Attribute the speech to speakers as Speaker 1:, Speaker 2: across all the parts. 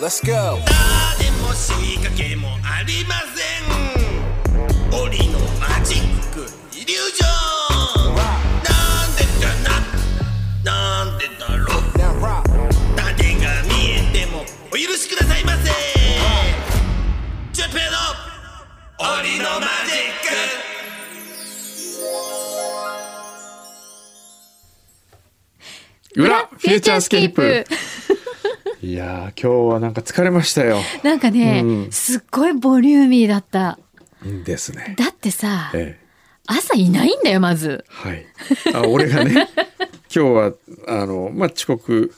Speaker 1: Let's go
Speaker 2: 誰も仕掛けもありません檻のマジックイリュージョンなんでかななんでだろう
Speaker 1: Now rock
Speaker 2: 種が見えてもお許しくださいませジュペの檻のマジック
Speaker 3: 裏フューチャースケープ。
Speaker 4: いやー今日はなんか疲れましたよ。
Speaker 3: なんかね、
Speaker 4: うん
Speaker 3: すっごいボリューミーだった。
Speaker 4: ですね。
Speaker 3: だってさ、
Speaker 4: ええ、
Speaker 3: 朝いないんだよ、まず。
Speaker 4: はい。あ俺がね 今日はあのまあ遅刻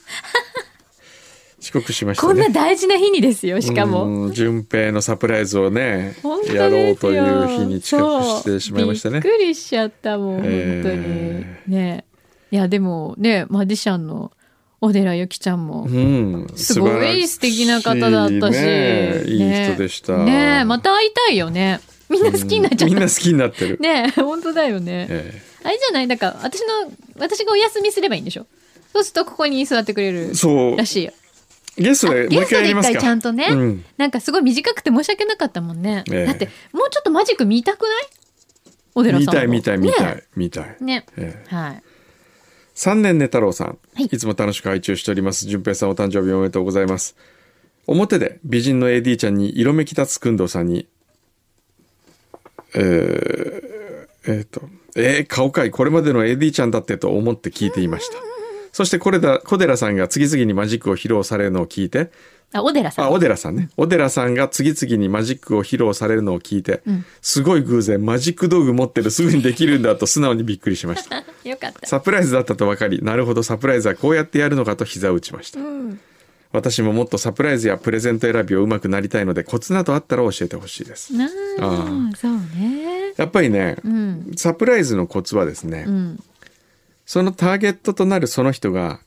Speaker 4: 遅刻しましたね。
Speaker 3: こんな大事な日にですよ、しかも。
Speaker 4: うん順平のサプライズをね
Speaker 3: 本当ですよ
Speaker 4: やろうという日に遅刻してしまいましたね
Speaker 3: そうびっくりしちゃったもん、本当に。
Speaker 4: え
Speaker 3: ねいや、でもね、マジシャンの小寺由紀ちゃんも。
Speaker 4: うん
Speaker 3: すごい素敵な方だったし、
Speaker 4: 素晴らしいねいい人でした
Speaker 3: ねねまた会いたいよね。みんな好きになっちゃっ
Speaker 4: みん
Speaker 3: た。
Speaker 4: な好きになってる、
Speaker 3: ね本当だよね。
Speaker 4: え
Speaker 3: あれじゃないだから、私の、私がお休みすればいいんでしょそうすると、ここに座ってくれる
Speaker 4: えそう
Speaker 3: らしいよ。
Speaker 4: ゲストでもう
Speaker 3: ゲ
Speaker 4: 一
Speaker 3: ス
Speaker 4: 回
Speaker 3: ト
Speaker 4: や
Speaker 3: で
Speaker 4: り
Speaker 3: 一
Speaker 4: ます
Speaker 3: 回
Speaker 4: か
Speaker 3: ちゃんとね、
Speaker 4: うん
Speaker 3: なんかすごい短くて申し訳なかったもんね。
Speaker 4: ええ
Speaker 3: だって、もうちょっとマジック見たくない小寺
Speaker 4: 見
Speaker 3: さんの
Speaker 4: たい見たい見たい、
Speaker 3: ね
Speaker 4: 見たい、
Speaker 3: ね
Speaker 4: ええ
Speaker 3: はい。
Speaker 4: 三年寝太郎さん、
Speaker 3: はい
Speaker 4: い、つも楽しく拝聴しております順平さんお誕生日おめでとうございます表で美人の AD ちゃんに色めき立つ工藤さんにえー、えーとえー、顔かいこれまでの AD ちゃんだってと思って聞いていましたそしてこれだ小寺さんが次々にマジックを披露されるのを聞いて
Speaker 3: あ、小寺さ
Speaker 4: あ
Speaker 3: ん。
Speaker 4: 小寺さんね小寺さんが次々にマジックを披露されるのを聞いて、すごい偶然マジック道具持ってるすぐにできるんだと素直にびっくりしました
Speaker 3: よかった。
Speaker 4: サプライズだったと分かりなるほどサプライズはこうやってやるのかと膝を打ちました、私ももっとサプライズやプレゼント選びをうまくなりたいのでコツなどあったら教えてほしいです
Speaker 3: な
Speaker 4: あ
Speaker 3: あ、そうね。
Speaker 4: やっぱりね、
Speaker 3: ん
Speaker 4: サプライズのコツはですね、
Speaker 3: うん。
Speaker 4: そのターゲットとなるその人が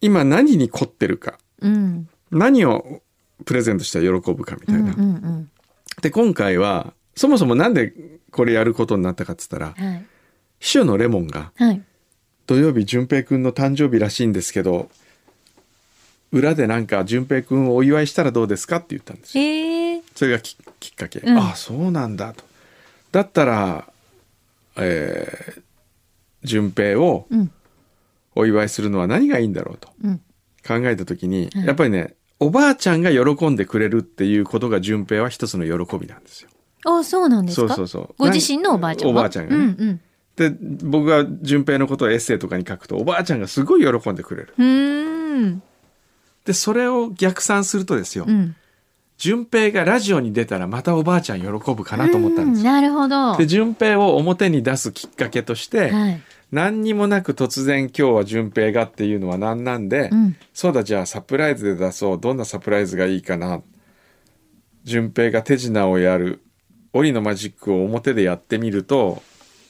Speaker 4: 今何に凝ってるか
Speaker 3: うん。
Speaker 4: 何をプレゼントしたら喜ぶかみたいな、
Speaker 3: うんうん
Speaker 4: で今回はそもそもなんでこれやることになったかっつったら
Speaker 3: うん。はい。
Speaker 4: 秘書のレモンが
Speaker 3: はい。
Speaker 4: 土曜日淳平くんの誕生日らしいんですけど裏でなんか淳平くんをお祝いしたらどうですかって言ったんですよ
Speaker 3: えー、
Speaker 4: それがききっかけ、
Speaker 3: うん
Speaker 4: ああそうなんだとだったらえー、淳平を
Speaker 3: うん。
Speaker 4: お祝いするのは何がいいんだろうと
Speaker 3: うん。
Speaker 4: 考えた時に、
Speaker 3: はい
Speaker 4: やっぱりねおばあちゃんが喜んでくれるっていうことが淳平は一つの喜びなんですよ
Speaker 3: あ、そうなんですか
Speaker 4: そうそうそう
Speaker 3: ご自身のおばあちゃん
Speaker 4: お
Speaker 3: は
Speaker 4: ばあちゃんがね
Speaker 3: うんうん。
Speaker 4: で僕が順平のことをエッセイとかに書くとおばあちゃんがすごい喜んでくれる
Speaker 3: うーん。
Speaker 4: でそれを逆算するとですよ、
Speaker 3: うん。
Speaker 4: 順平がラジオに出たらまたおばあちゃん喜ぶかなと思ったんです
Speaker 3: う
Speaker 4: よ、
Speaker 3: なるほど。
Speaker 4: で順平を表に出すきっかけとして、
Speaker 3: はい。
Speaker 4: 何にもなく突然今日は順平がっていうのは何なんで、
Speaker 3: うん
Speaker 4: そうだじゃあサプライズで出そうどんなサプライズがいいかな順平が手品をやる檻のマジックを表でやってみると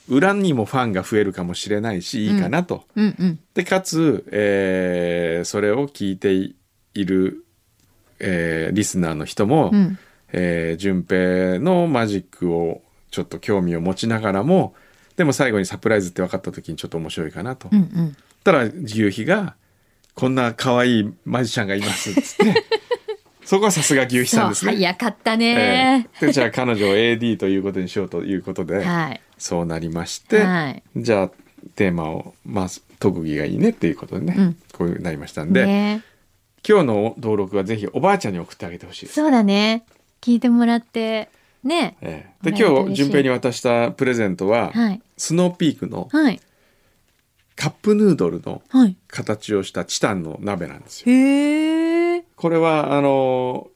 Speaker 4: 裏にもファンが増えるかもしれないしいいかなと、
Speaker 3: うんうん。
Speaker 4: でかつ、えーそれを聞いている、えーリスナーの人も、
Speaker 3: うん
Speaker 4: えー順平のマジックをちょっと興味を持ちながらもでも最後にサプライズって分かった時にちょっと面白いかなと。
Speaker 3: うんうん。
Speaker 4: たら牛皮が「こんな可愛いマジシャンがいます」っつって そこはさすが牛皮さんです
Speaker 3: そう
Speaker 4: ね。
Speaker 3: 早かったね、
Speaker 4: えーでじゃあ彼女を AD ということにしようということで、
Speaker 3: はい。
Speaker 4: そうなりまして、
Speaker 3: はい
Speaker 4: じゃあテーマを、まあ、特技がいいねっていうことでね、
Speaker 3: うん
Speaker 4: こういうなりましたんで、
Speaker 3: ね
Speaker 4: 今日の登録はぜひおばあちゃんに送ってあげてほしいです。
Speaker 3: そうだね。聞いてもらって。ね
Speaker 4: ええで
Speaker 3: もらえると
Speaker 4: 今日
Speaker 3: 嬉しい
Speaker 4: 順平に渡したプレゼントは、
Speaker 3: はい
Speaker 4: スノーピークの
Speaker 3: はい。
Speaker 4: カップヌードルの
Speaker 3: はい。
Speaker 4: 形をしたチタンの鍋なんですよ。
Speaker 3: へえ。
Speaker 4: これはあの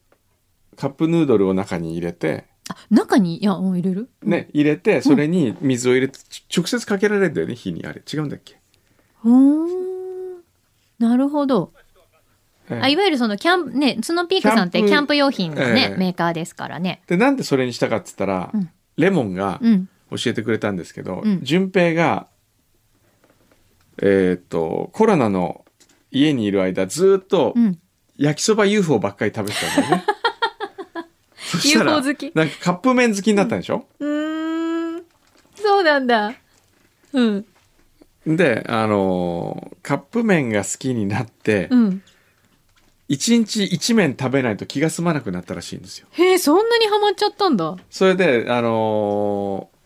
Speaker 4: カップヌードルを中に入れて
Speaker 3: あ、中に、いや、もう入れる
Speaker 4: ね入れてそれに水を入れて、ち直接かけられるんだよね火にあれ違うんだっけ、
Speaker 3: ほーん。なるほど。
Speaker 4: ええ
Speaker 3: あ、いわゆるそのキャンプ、ね、スノーピークさんってキ
Speaker 4: キャンプ
Speaker 3: ャンプ用品のね、
Speaker 4: ええ
Speaker 3: メーカーですからね。
Speaker 4: でなんでそれにしたかっつったら、
Speaker 3: うん
Speaker 4: レモンが
Speaker 3: うん
Speaker 4: 教えてくれたんですけど、
Speaker 3: うん
Speaker 4: 順平がえーっとコロナの家にいる間ずっと
Speaker 3: うん。
Speaker 4: 焼きそば UFO ばっかり食べてたんだ よね。そしたら
Speaker 3: UFO 好き
Speaker 4: なんかカップ麺好きになったんでしょ、
Speaker 3: うーん。そうなんだ。うん。
Speaker 4: であのーカップ麺が好きになって、
Speaker 3: うん。
Speaker 4: 1日1面食べないと気が済まなくなったらしいんですよ
Speaker 3: へえ、そんなにハマっちゃったんだ。
Speaker 4: それであのー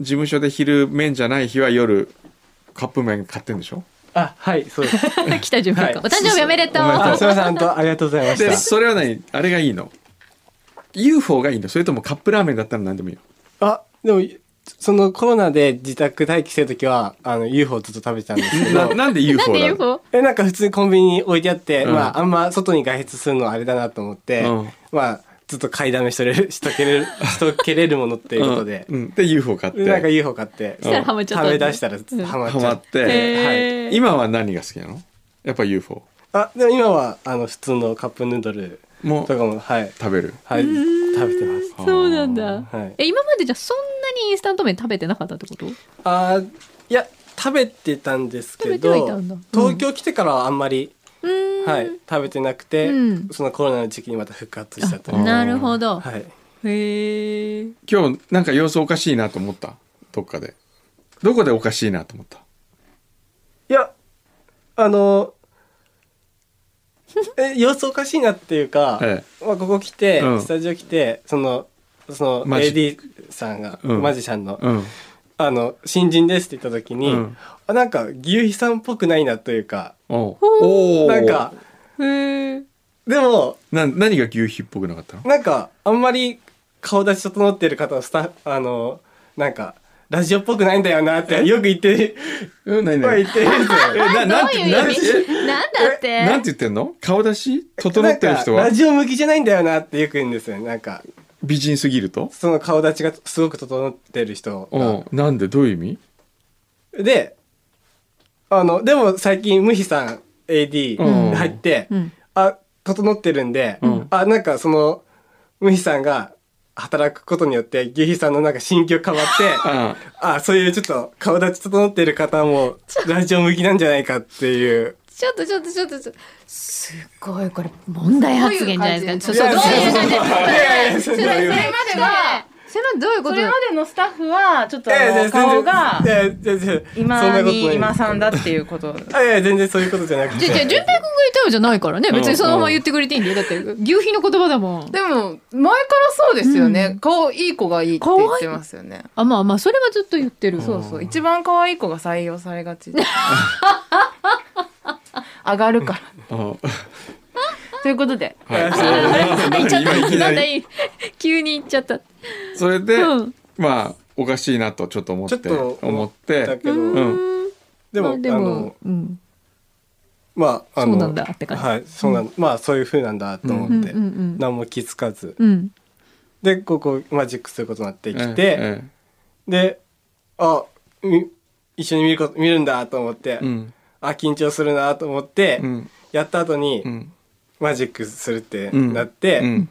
Speaker 4: 事務所で昼麺じゃない日は夜カップ麺買ってんでしょ
Speaker 1: あ、はい、そう です。
Speaker 3: 来た順番か。
Speaker 1: はい
Speaker 3: お誕生日おめでとう。
Speaker 1: おめでとうすみません、本当ありがとうございま
Speaker 4: で
Speaker 1: し
Speaker 4: それは何あれがいいの UFO がいいのそれともカップラーメンだったら何でもいいの
Speaker 1: た。あ、でも、そのコロナで自宅待機してるときは、あの、UFO ずっと食べてたんですけ
Speaker 4: な
Speaker 1: ど、
Speaker 4: なんで
Speaker 3: なん
Speaker 4: UFO
Speaker 3: で
Speaker 4: なの
Speaker 3: UFO?
Speaker 1: え、なんか普通にコンビニに置いてあって、
Speaker 4: うん
Speaker 1: まあ、あんま外に外出するのはあれだなと思って、
Speaker 4: うん
Speaker 1: まあ、ずっと買いだめしとれる、 しと けれる、しとけれるものっていうことで、
Speaker 4: うんうんで UFO 買っ
Speaker 1: でなんか
Speaker 4: て
Speaker 1: UFO 買って、
Speaker 3: したらハマっちゃったんだ
Speaker 1: 食べ出したらハマっちゃ
Speaker 4: ハマっ
Speaker 3: へ
Speaker 4: て
Speaker 3: え
Speaker 4: 今は何が好きなのやっぱ UFO
Speaker 1: あ、でも今は、あの、普通のカップヌードル
Speaker 4: も
Speaker 1: とかも、はい、
Speaker 4: 食べる
Speaker 1: はい、食べてます。
Speaker 3: そうなんだ。
Speaker 1: はい
Speaker 3: え、今までじゃそんなにインスタント麺食べてなかったってこと
Speaker 1: あーいや食べてたんですけ
Speaker 3: 食べてはいた
Speaker 1: ど、
Speaker 3: んだうん
Speaker 1: 東京来てからはあんまり、
Speaker 3: うーん。
Speaker 1: はい、食べてなくて、
Speaker 3: うん
Speaker 1: そのコロナの時期にまた復活しちゃった
Speaker 4: あ
Speaker 3: なるほど。
Speaker 1: はい
Speaker 3: へえ。
Speaker 4: 今日なんか様子おかしいなと思ったどっかでどこでおかしいなと思った
Speaker 1: いや あのえ様子おかしいなっていうか、
Speaker 4: え
Speaker 1: まあ、ここ来て、
Speaker 4: うん
Speaker 1: スタジオ来てそのその
Speaker 4: マジ
Speaker 1: AD さんが、
Speaker 4: うん
Speaker 1: マジシャンの、
Speaker 4: うん
Speaker 1: あの「新人です」って言った時に、
Speaker 4: うん
Speaker 1: あなんか牛肥さんっぽくないなというか
Speaker 4: おうおう
Speaker 1: なんか
Speaker 3: へえ。
Speaker 1: でも
Speaker 4: な何が牛皮っぽくなかったの
Speaker 1: なんか、あんまり顔出し整ってる方はスタッフ、あの、なんか、ラジオっぽくないんだよなって、よく言って、
Speaker 4: うん何
Speaker 1: 言
Speaker 4: 何
Speaker 1: ってるんですよ。
Speaker 4: えな
Speaker 3: ど
Speaker 4: なん
Speaker 3: う
Speaker 4: て
Speaker 3: いう
Speaker 4: なん
Speaker 3: 意
Speaker 4: て
Speaker 3: 味なんだっ
Speaker 4: えなんて
Speaker 3: て
Speaker 4: 言ってんの顔出し 整ってる人
Speaker 1: なん
Speaker 4: は
Speaker 1: かラジオ向きじゃないんだよなってよく言うんですよね。なんか、
Speaker 4: 美人すぎると
Speaker 1: その顔立ちがすごく整ってる人
Speaker 4: お
Speaker 1: が。
Speaker 4: うなんでどういう意味
Speaker 1: で、あの、でも最近、ムヒさん
Speaker 4: うん
Speaker 1: AD 入って、
Speaker 3: うん
Speaker 1: あ、整ってるんで、
Speaker 4: ん
Speaker 1: あ、なんかその、ムヒさんが働くことによって、牛ヒさんのなんか心境変わ って、
Speaker 4: あ
Speaker 1: あ、そういうちょっと顔立ち整ってる方もラジオ向きなんじゃないかっていう。
Speaker 3: ちょっとちょっとちょっとちょっと。すっごい、これ問題発言じゃないですか。そうそう、どういう感じ
Speaker 1: いやいやそ
Speaker 5: それそれまでは
Speaker 3: それはどういうこと
Speaker 5: それまでのスタッフはちょっとあ
Speaker 1: ええ
Speaker 5: の顔が
Speaker 1: 全然いやいやいやそん
Speaker 5: 今
Speaker 1: なことない
Speaker 5: に今さんだっていうこと
Speaker 1: あいやいや全然そういうことじゃなくて。
Speaker 3: じゃ、じゃ、淳平君が言ったよじゃないからね。別にそのまま言ってくれていいんだよ。だって、牛皮の言葉だもん。
Speaker 5: でも前からそうですよね、顔いい子がいいって言ってますよね
Speaker 3: あ、まあまあ、それはずっと言ってる。
Speaker 5: そうそう一番可愛い子が採用されが ち上がるから
Speaker 4: ああ
Speaker 5: ということで
Speaker 4: あはい
Speaker 3: あ言っちゃっ
Speaker 4: 今い
Speaker 3: た。
Speaker 4: きな
Speaker 3: なん
Speaker 4: り
Speaker 3: だいい急に言っちゃった。
Speaker 4: それで、
Speaker 3: うん
Speaker 4: まあおかしいなとちょっと思って
Speaker 1: ちょっと
Speaker 4: 思っ
Speaker 1: だ
Speaker 4: て
Speaker 1: けど、
Speaker 4: ん
Speaker 1: で
Speaker 3: ま
Speaker 1: も、
Speaker 3: あ
Speaker 1: あ
Speaker 3: でも
Speaker 1: の、、
Speaker 3: うん。
Speaker 1: まあ、あの、
Speaker 3: そうなんだって感じ
Speaker 1: はい、そうなん、まあそういう風なんだと思って、
Speaker 3: うんうんうん
Speaker 1: 何も気づかず。
Speaker 3: うん。
Speaker 1: で、ここマジックすることになってき
Speaker 4: え
Speaker 1: て、で、あ、み一緒に見ること、見るんだと思って、
Speaker 4: えうん
Speaker 1: あ、緊張するなと思って、
Speaker 4: うん
Speaker 1: やった後に、
Speaker 4: うん
Speaker 1: マジックするって
Speaker 4: うん
Speaker 1: なって、
Speaker 4: うん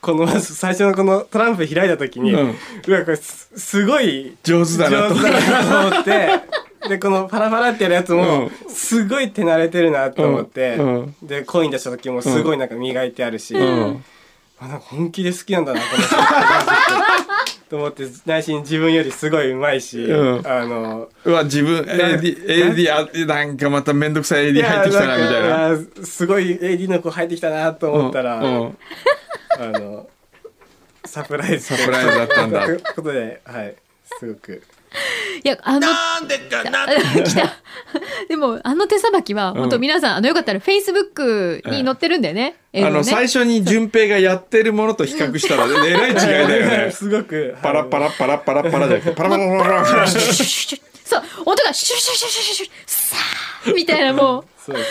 Speaker 1: このまず最初のこのトランプ開いた時に、
Speaker 4: う
Speaker 1: うんわこれすすごい
Speaker 4: 上手だなと
Speaker 1: 上手だなと思ってでこのパラパラってやるやつも
Speaker 4: う
Speaker 1: すごい手慣れてるなと思って、
Speaker 4: うんうん
Speaker 1: でコイン出した時もすごいなんか磨いてあるし、
Speaker 4: うん
Speaker 1: あなんか本気で好きなんだなこの人ってと思って内心自分よりすごい上手いし、
Speaker 4: うん
Speaker 1: あの
Speaker 4: うわ自分 AD, AD あなんかまた面倒くさい AD 入ってきたなみたい
Speaker 1: や
Speaker 4: な。
Speaker 1: んかあーすごい AD の子入ってきたなと思ったら、
Speaker 4: うんうん
Speaker 1: あの、サプライズ。
Speaker 4: サプライズだったんだ
Speaker 1: ということで、はい、すごく。。
Speaker 3: いや、あの、
Speaker 2: なんでかな
Speaker 3: 来た。でも、あの手さばきは、本当皆さん、あの、よかったら、Facebook に載ってるんだよね。映像
Speaker 4: あの
Speaker 3: ね
Speaker 4: 最初に順平がやってるものと比較 したらえらい違いだよね
Speaker 1: すごく。
Speaker 4: パラパラパラパラパラじゃなくてパラパラパラパラ。
Speaker 3: そう、音がシュシュシュシュシュシュ、さーみたいな、もう、
Speaker 1: そうで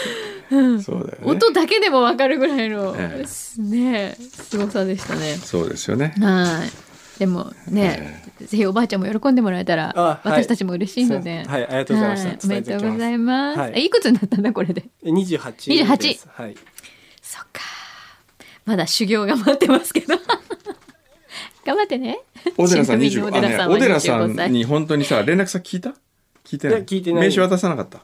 Speaker 1: す。
Speaker 4: そうだよね。
Speaker 3: 音だけでもわかるぐらいの、
Speaker 4: ええ
Speaker 3: ねえ、すごさでしたね。
Speaker 4: そうですよね。
Speaker 3: はい。でもね、ぜひおばあちゃんも喜んでもらえたら、
Speaker 1: あはい
Speaker 3: 私たちも嬉しいので。
Speaker 1: そうはいありがとうございました
Speaker 3: はおめでとうございます。
Speaker 1: 伝えておきますはい
Speaker 3: えいくつになったんだ、これで。
Speaker 1: え二十八。
Speaker 3: 28
Speaker 1: はい。
Speaker 3: そっか。まだ修行が待ってますけど。 頑張ってね。
Speaker 4: 小寺さん25
Speaker 3: 新
Speaker 4: あね
Speaker 3: 都民の
Speaker 4: 小
Speaker 3: 小
Speaker 4: 寺
Speaker 3: 寺
Speaker 4: さ
Speaker 3: さんは
Speaker 4: んに本当にさ連絡先聞いた聞いてない
Speaker 1: いや聞いてない
Speaker 4: 名刺渡さなかった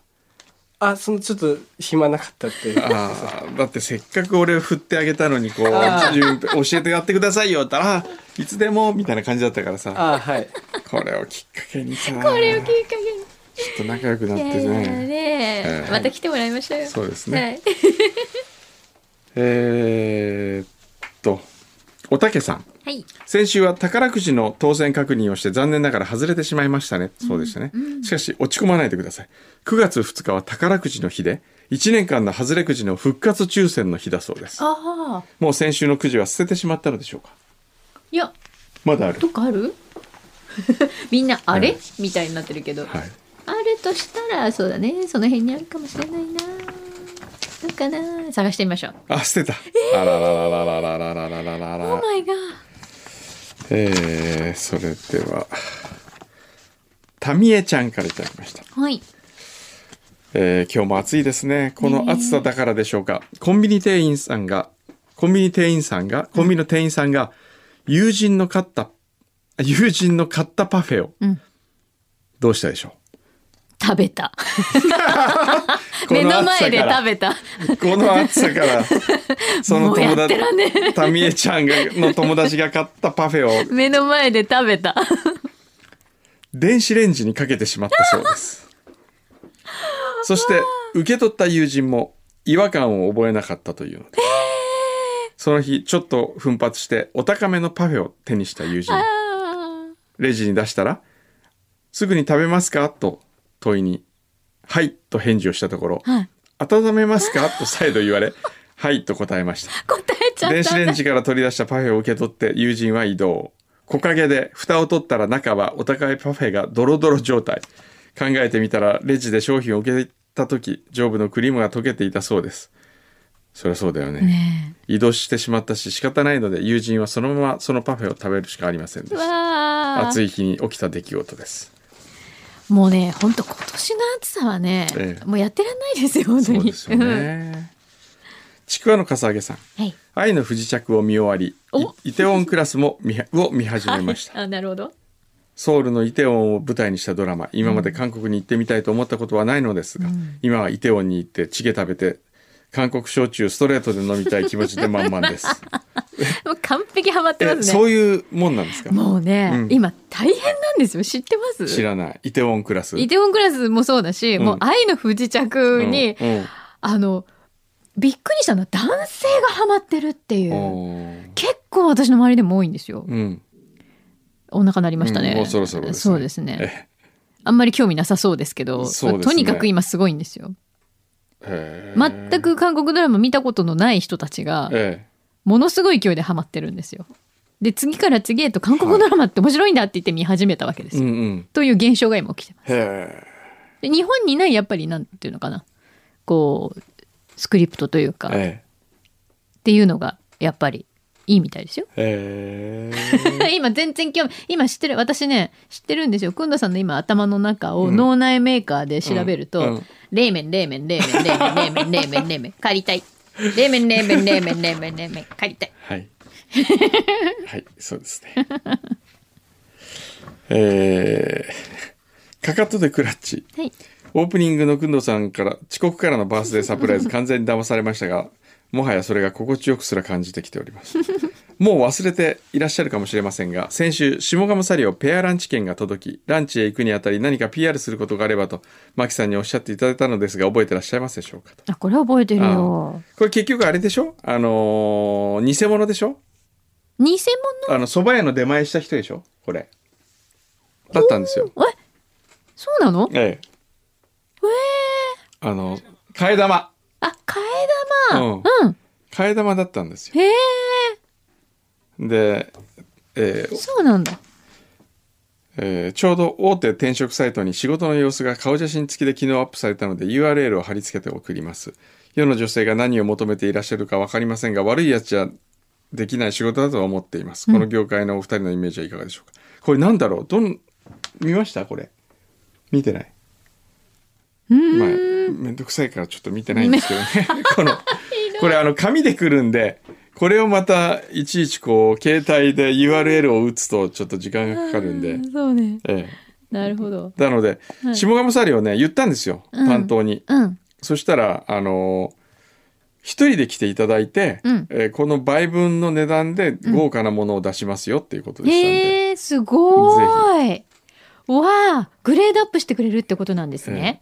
Speaker 1: あ、そのちょっと暇なかったっ ていう。
Speaker 4: ああだってせっかく俺振ってあげたのにこう
Speaker 1: あー
Speaker 4: 順平教えてやってくださいよって言ったらあいつでもみたいな感じだったからさ
Speaker 1: あ、はい。
Speaker 4: これをきっかけにさ
Speaker 3: これをきっか
Speaker 4: ちょっと仲良くなっ
Speaker 3: け
Speaker 4: て
Speaker 3: に。いやいや
Speaker 4: ね
Speaker 3: ね
Speaker 4: ええ
Speaker 3: また来てもらいましょうよ。
Speaker 4: そうですね
Speaker 3: はい。
Speaker 4: ええーっと、おたけさん。
Speaker 3: はい。
Speaker 4: 先週は宝くじの当選確認をして残念ながら外れてしまいましたね。そうでしたね。しかし落ち込まないでください。9月2日は宝くじの日で、1年間の外れくじの復活抽選の日だそうです。
Speaker 5: ああ。
Speaker 4: もう先週のくじは捨ててしまったのでしょうか
Speaker 3: いや、
Speaker 4: まだある
Speaker 3: ど。っかある みんな、あ
Speaker 4: う
Speaker 3: れ
Speaker 4: ん
Speaker 3: みたいになってるけど。
Speaker 4: はい。
Speaker 3: あるとしたら、そうだね。その辺にあるかもしれないな。どうかな探してみましょう。
Speaker 4: あ、捨てた。あららららららららららら
Speaker 3: オーマイガー。
Speaker 4: えー、それでは、タミエちゃんからいただきました。
Speaker 3: はい。
Speaker 4: えー今日も暑いですね。この暑さだからでしょうか。コンビニ店員さんが、コンビニ店員さんが、コンビニの店員さんが、友人の買った、友人の買ったパフェを、
Speaker 3: うん
Speaker 4: どうしたでしょ
Speaker 3: 食べた。
Speaker 4: う
Speaker 3: 目の前で食
Speaker 4: べ
Speaker 3: べた。
Speaker 4: この暑さから、その
Speaker 3: も
Speaker 4: 友
Speaker 3: うやって
Speaker 4: 達
Speaker 3: らんね、
Speaker 4: タミエちゃんがの友達が買ったパフェを
Speaker 3: 目の前で食 べた。
Speaker 4: 電子レンジにかけてしまったそうですそして受け取った友人も違和感を覚えなかったというので、その日ちょっと奮発してお高めのパフェを手にした友人
Speaker 3: あ
Speaker 4: レジに出したら「すぐに食べますか?」と問いに「はい」と返事をしたところ「
Speaker 3: はい
Speaker 4: 温めますか?」と再度言われ「はい」と答えました
Speaker 3: ー答えちゃった。
Speaker 4: 電子レンジから取り出したパフェを受け取って友人は移動木陰で蓋を取ったら中はお互いパフェがドロドロ状態考えてみたらレジで商品を受け取った時上部のクリームが溶けていたそうですそりゃそうだよね
Speaker 3: ね
Speaker 4: 移動してしまったし仕方ないので友人はそのままそのパフェを食べるしかありませんでし
Speaker 3: え。
Speaker 4: た
Speaker 3: わあ。
Speaker 4: 暑い日に起きた出来事です
Speaker 3: もうね、本当今年の暑さはね、
Speaker 4: ええ
Speaker 3: もうやってらんないですよ、本当
Speaker 4: そう
Speaker 3: に。
Speaker 4: ですよねちくわのかさあげさん
Speaker 3: うん。はい。
Speaker 4: 愛の不時着を見終わり
Speaker 3: お
Speaker 4: イイテウォンクラスも見はを見始めました
Speaker 3: あ、なるほど。
Speaker 4: ソウルのイテウォンを舞台にしたドラマ今まで韓国に行ってみたいと思ったことはないのですが、今はイテウォンに行ってチゲ食べて韓国焼酎ストレートで飲みたい気持ちで満々です
Speaker 3: もう完璧ハマって
Speaker 4: え
Speaker 3: ますね。
Speaker 4: そういうもんなんですか
Speaker 3: もうね、
Speaker 4: うん
Speaker 3: 今大変なんですよ。知ってます
Speaker 4: 知らないイテウォンクラス
Speaker 3: イテウォンクラスもそうだし、
Speaker 4: ん
Speaker 3: もう愛の不時着に、
Speaker 4: うんうん
Speaker 3: あの、びっくりしたのは男性がハマってるっていう。
Speaker 4: おー
Speaker 3: 結構私の周りでも多いんですよ。
Speaker 4: うん
Speaker 3: お腹鳴りましたね。
Speaker 4: うんもうそろそろですね
Speaker 3: そうですね。あんまり興味なさそうですけど、
Speaker 4: そうですね
Speaker 3: とにかく今すごいんですよ。
Speaker 4: へー
Speaker 3: 全く韓国ドラマ見たことのない人たちが、
Speaker 4: え
Speaker 3: ものすごい勢いでハマってるんですよ。で、次から次へと韓国ドラマって面白いんだって言って見始めたわけです
Speaker 4: え
Speaker 3: よ。
Speaker 4: うんうん
Speaker 3: という現象が今起きてます。
Speaker 4: へえ
Speaker 3: で日本にないやっぱりなんていうのかなこうスクリプトというか、っ
Speaker 4: え
Speaker 3: ていうのがやっぱりいいみたいですよ。
Speaker 4: えへ
Speaker 3: 今全然興味今知ってる私ね知ってるんですよくんどさんの今頭の中を脳内メーカーで調べると、
Speaker 4: うんうん
Speaker 3: 冷麺冷麺冷麺冷麺冷麺冷麺冷麺借りたい冷麺冷麺冷麺冷麺冷麺借りたい
Speaker 4: はい はいそうですね えー、かかとでクラッチ
Speaker 3: はい
Speaker 4: オープニングのくんどさんから遅刻からのバースデーサプライ ズ完全に騙されましたがもはやそれが心地よくすら感じてきておりますもう忘れていらっしゃるかもしれませんが先週下鴨サリオペアランチ券が届きランチへ行くにあたり何か PR することがあればとマキさんにおっしゃっていただいたのですが覚えてらっしゃいますでしょうかと
Speaker 3: あこれ覚えてる
Speaker 4: よ
Speaker 3: よ
Speaker 4: これ結局あれでしょあのー偽物でしょ
Speaker 3: 偽
Speaker 4: あの蕎麦屋の出前した人でしょこれだったんですよ
Speaker 3: 物えそうなの
Speaker 4: ええあの替え玉
Speaker 3: あ替
Speaker 4: う
Speaker 3: え玉
Speaker 4: ん
Speaker 3: うん
Speaker 4: 替え玉だったんですよ
Speaker 3: へえ
Speaker 4: で、えー
Speaker 3: そうなんだ
Speaker 4: えーちょうど大手転職サイトに仕事の様子が顔写真付きで昨日アップされたので URL を貼り付けて送ります世の女性が何を求めていらっしゃるか分かりませんが悪いやつじゃできない仕事だとは思っていますこの業界のお二人のイメージはいかがでしょうか、これなんだろうどん見ましたこれ見てないまあ、めんどくさいからちょっと見てないんですけどね。 この、これあの紙でくるんで、これをまたいちいちこう、携帯で URL を打つとちょっと時間がかかるんで、
Speaker 3: そうね
Speaker 4: ええ。
Speaker 3: なるほど。
Speaker 4: なので、下鴨サリをね、言ったんですよ、
Speaker 3: うん
Speaker 4: 担当に。
Speaker 3: うん。
Speaker 4: そしたら、あのー一人で来ていただいて、
Speaker 3: うん
Speaker 4: えーこの倍分の値段で豪華なものを出しますよっていうことでしたんで、
Speaker 3: へえ、すごーい。わあ、グレードアップしてくれるってことなんですね。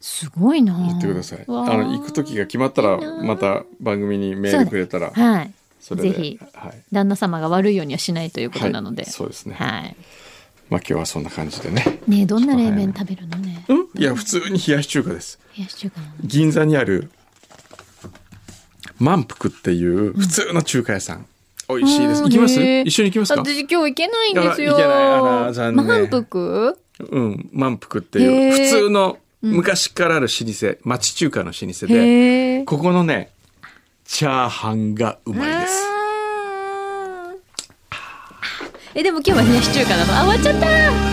Speaker 3: すごいな
Speaker 4: 言ってください。あ
Speaker 3: わ
Speaker 4: の、行く時が決まったら、
Speaker 3: いいな
Speaker 4: また番組にメールくれたら、
Speaker 3: はい
Speaker 4: それで。
Speaker 3: ぜひ
Speaker 4: はい。
Speaker 3: 旦那様が悪いようにはしないということなので、
Speaker 4: はいそうですね
Speaker 3: はい
Speaker 4: まあ今日はそんな感じでね。
Speaker 3: ねえどんな冷麺食べるのね冷
Speaker 4: いや、普通に冷やし中華です。
Speaker 3: やし中華なの
Speaker 4: 銀座にある満腹っていう普通の中華屋さん、美味しいです
Speaker 3: あー
Speaker 4: 行きます
Speaker 3: ね
Speaker 4: 一緒に行きますか
Speaker 3: 私今日行けないんですよ
Speaker 4: あら行けないあら残念
Speaker 3: 満腹
Speaker 4: うん満腹って
Speaker 3: へ
Speaker 4: い
Speaker 3: ー
Speaker 4: う普通の昔からある老舗、町中華の老舗で
Speaker 3: へえ
Speaker 4: ここのねチャーハンがうまいです
Speaker 3: あーえでも今日は冷やし中華なのあ終わっちゃった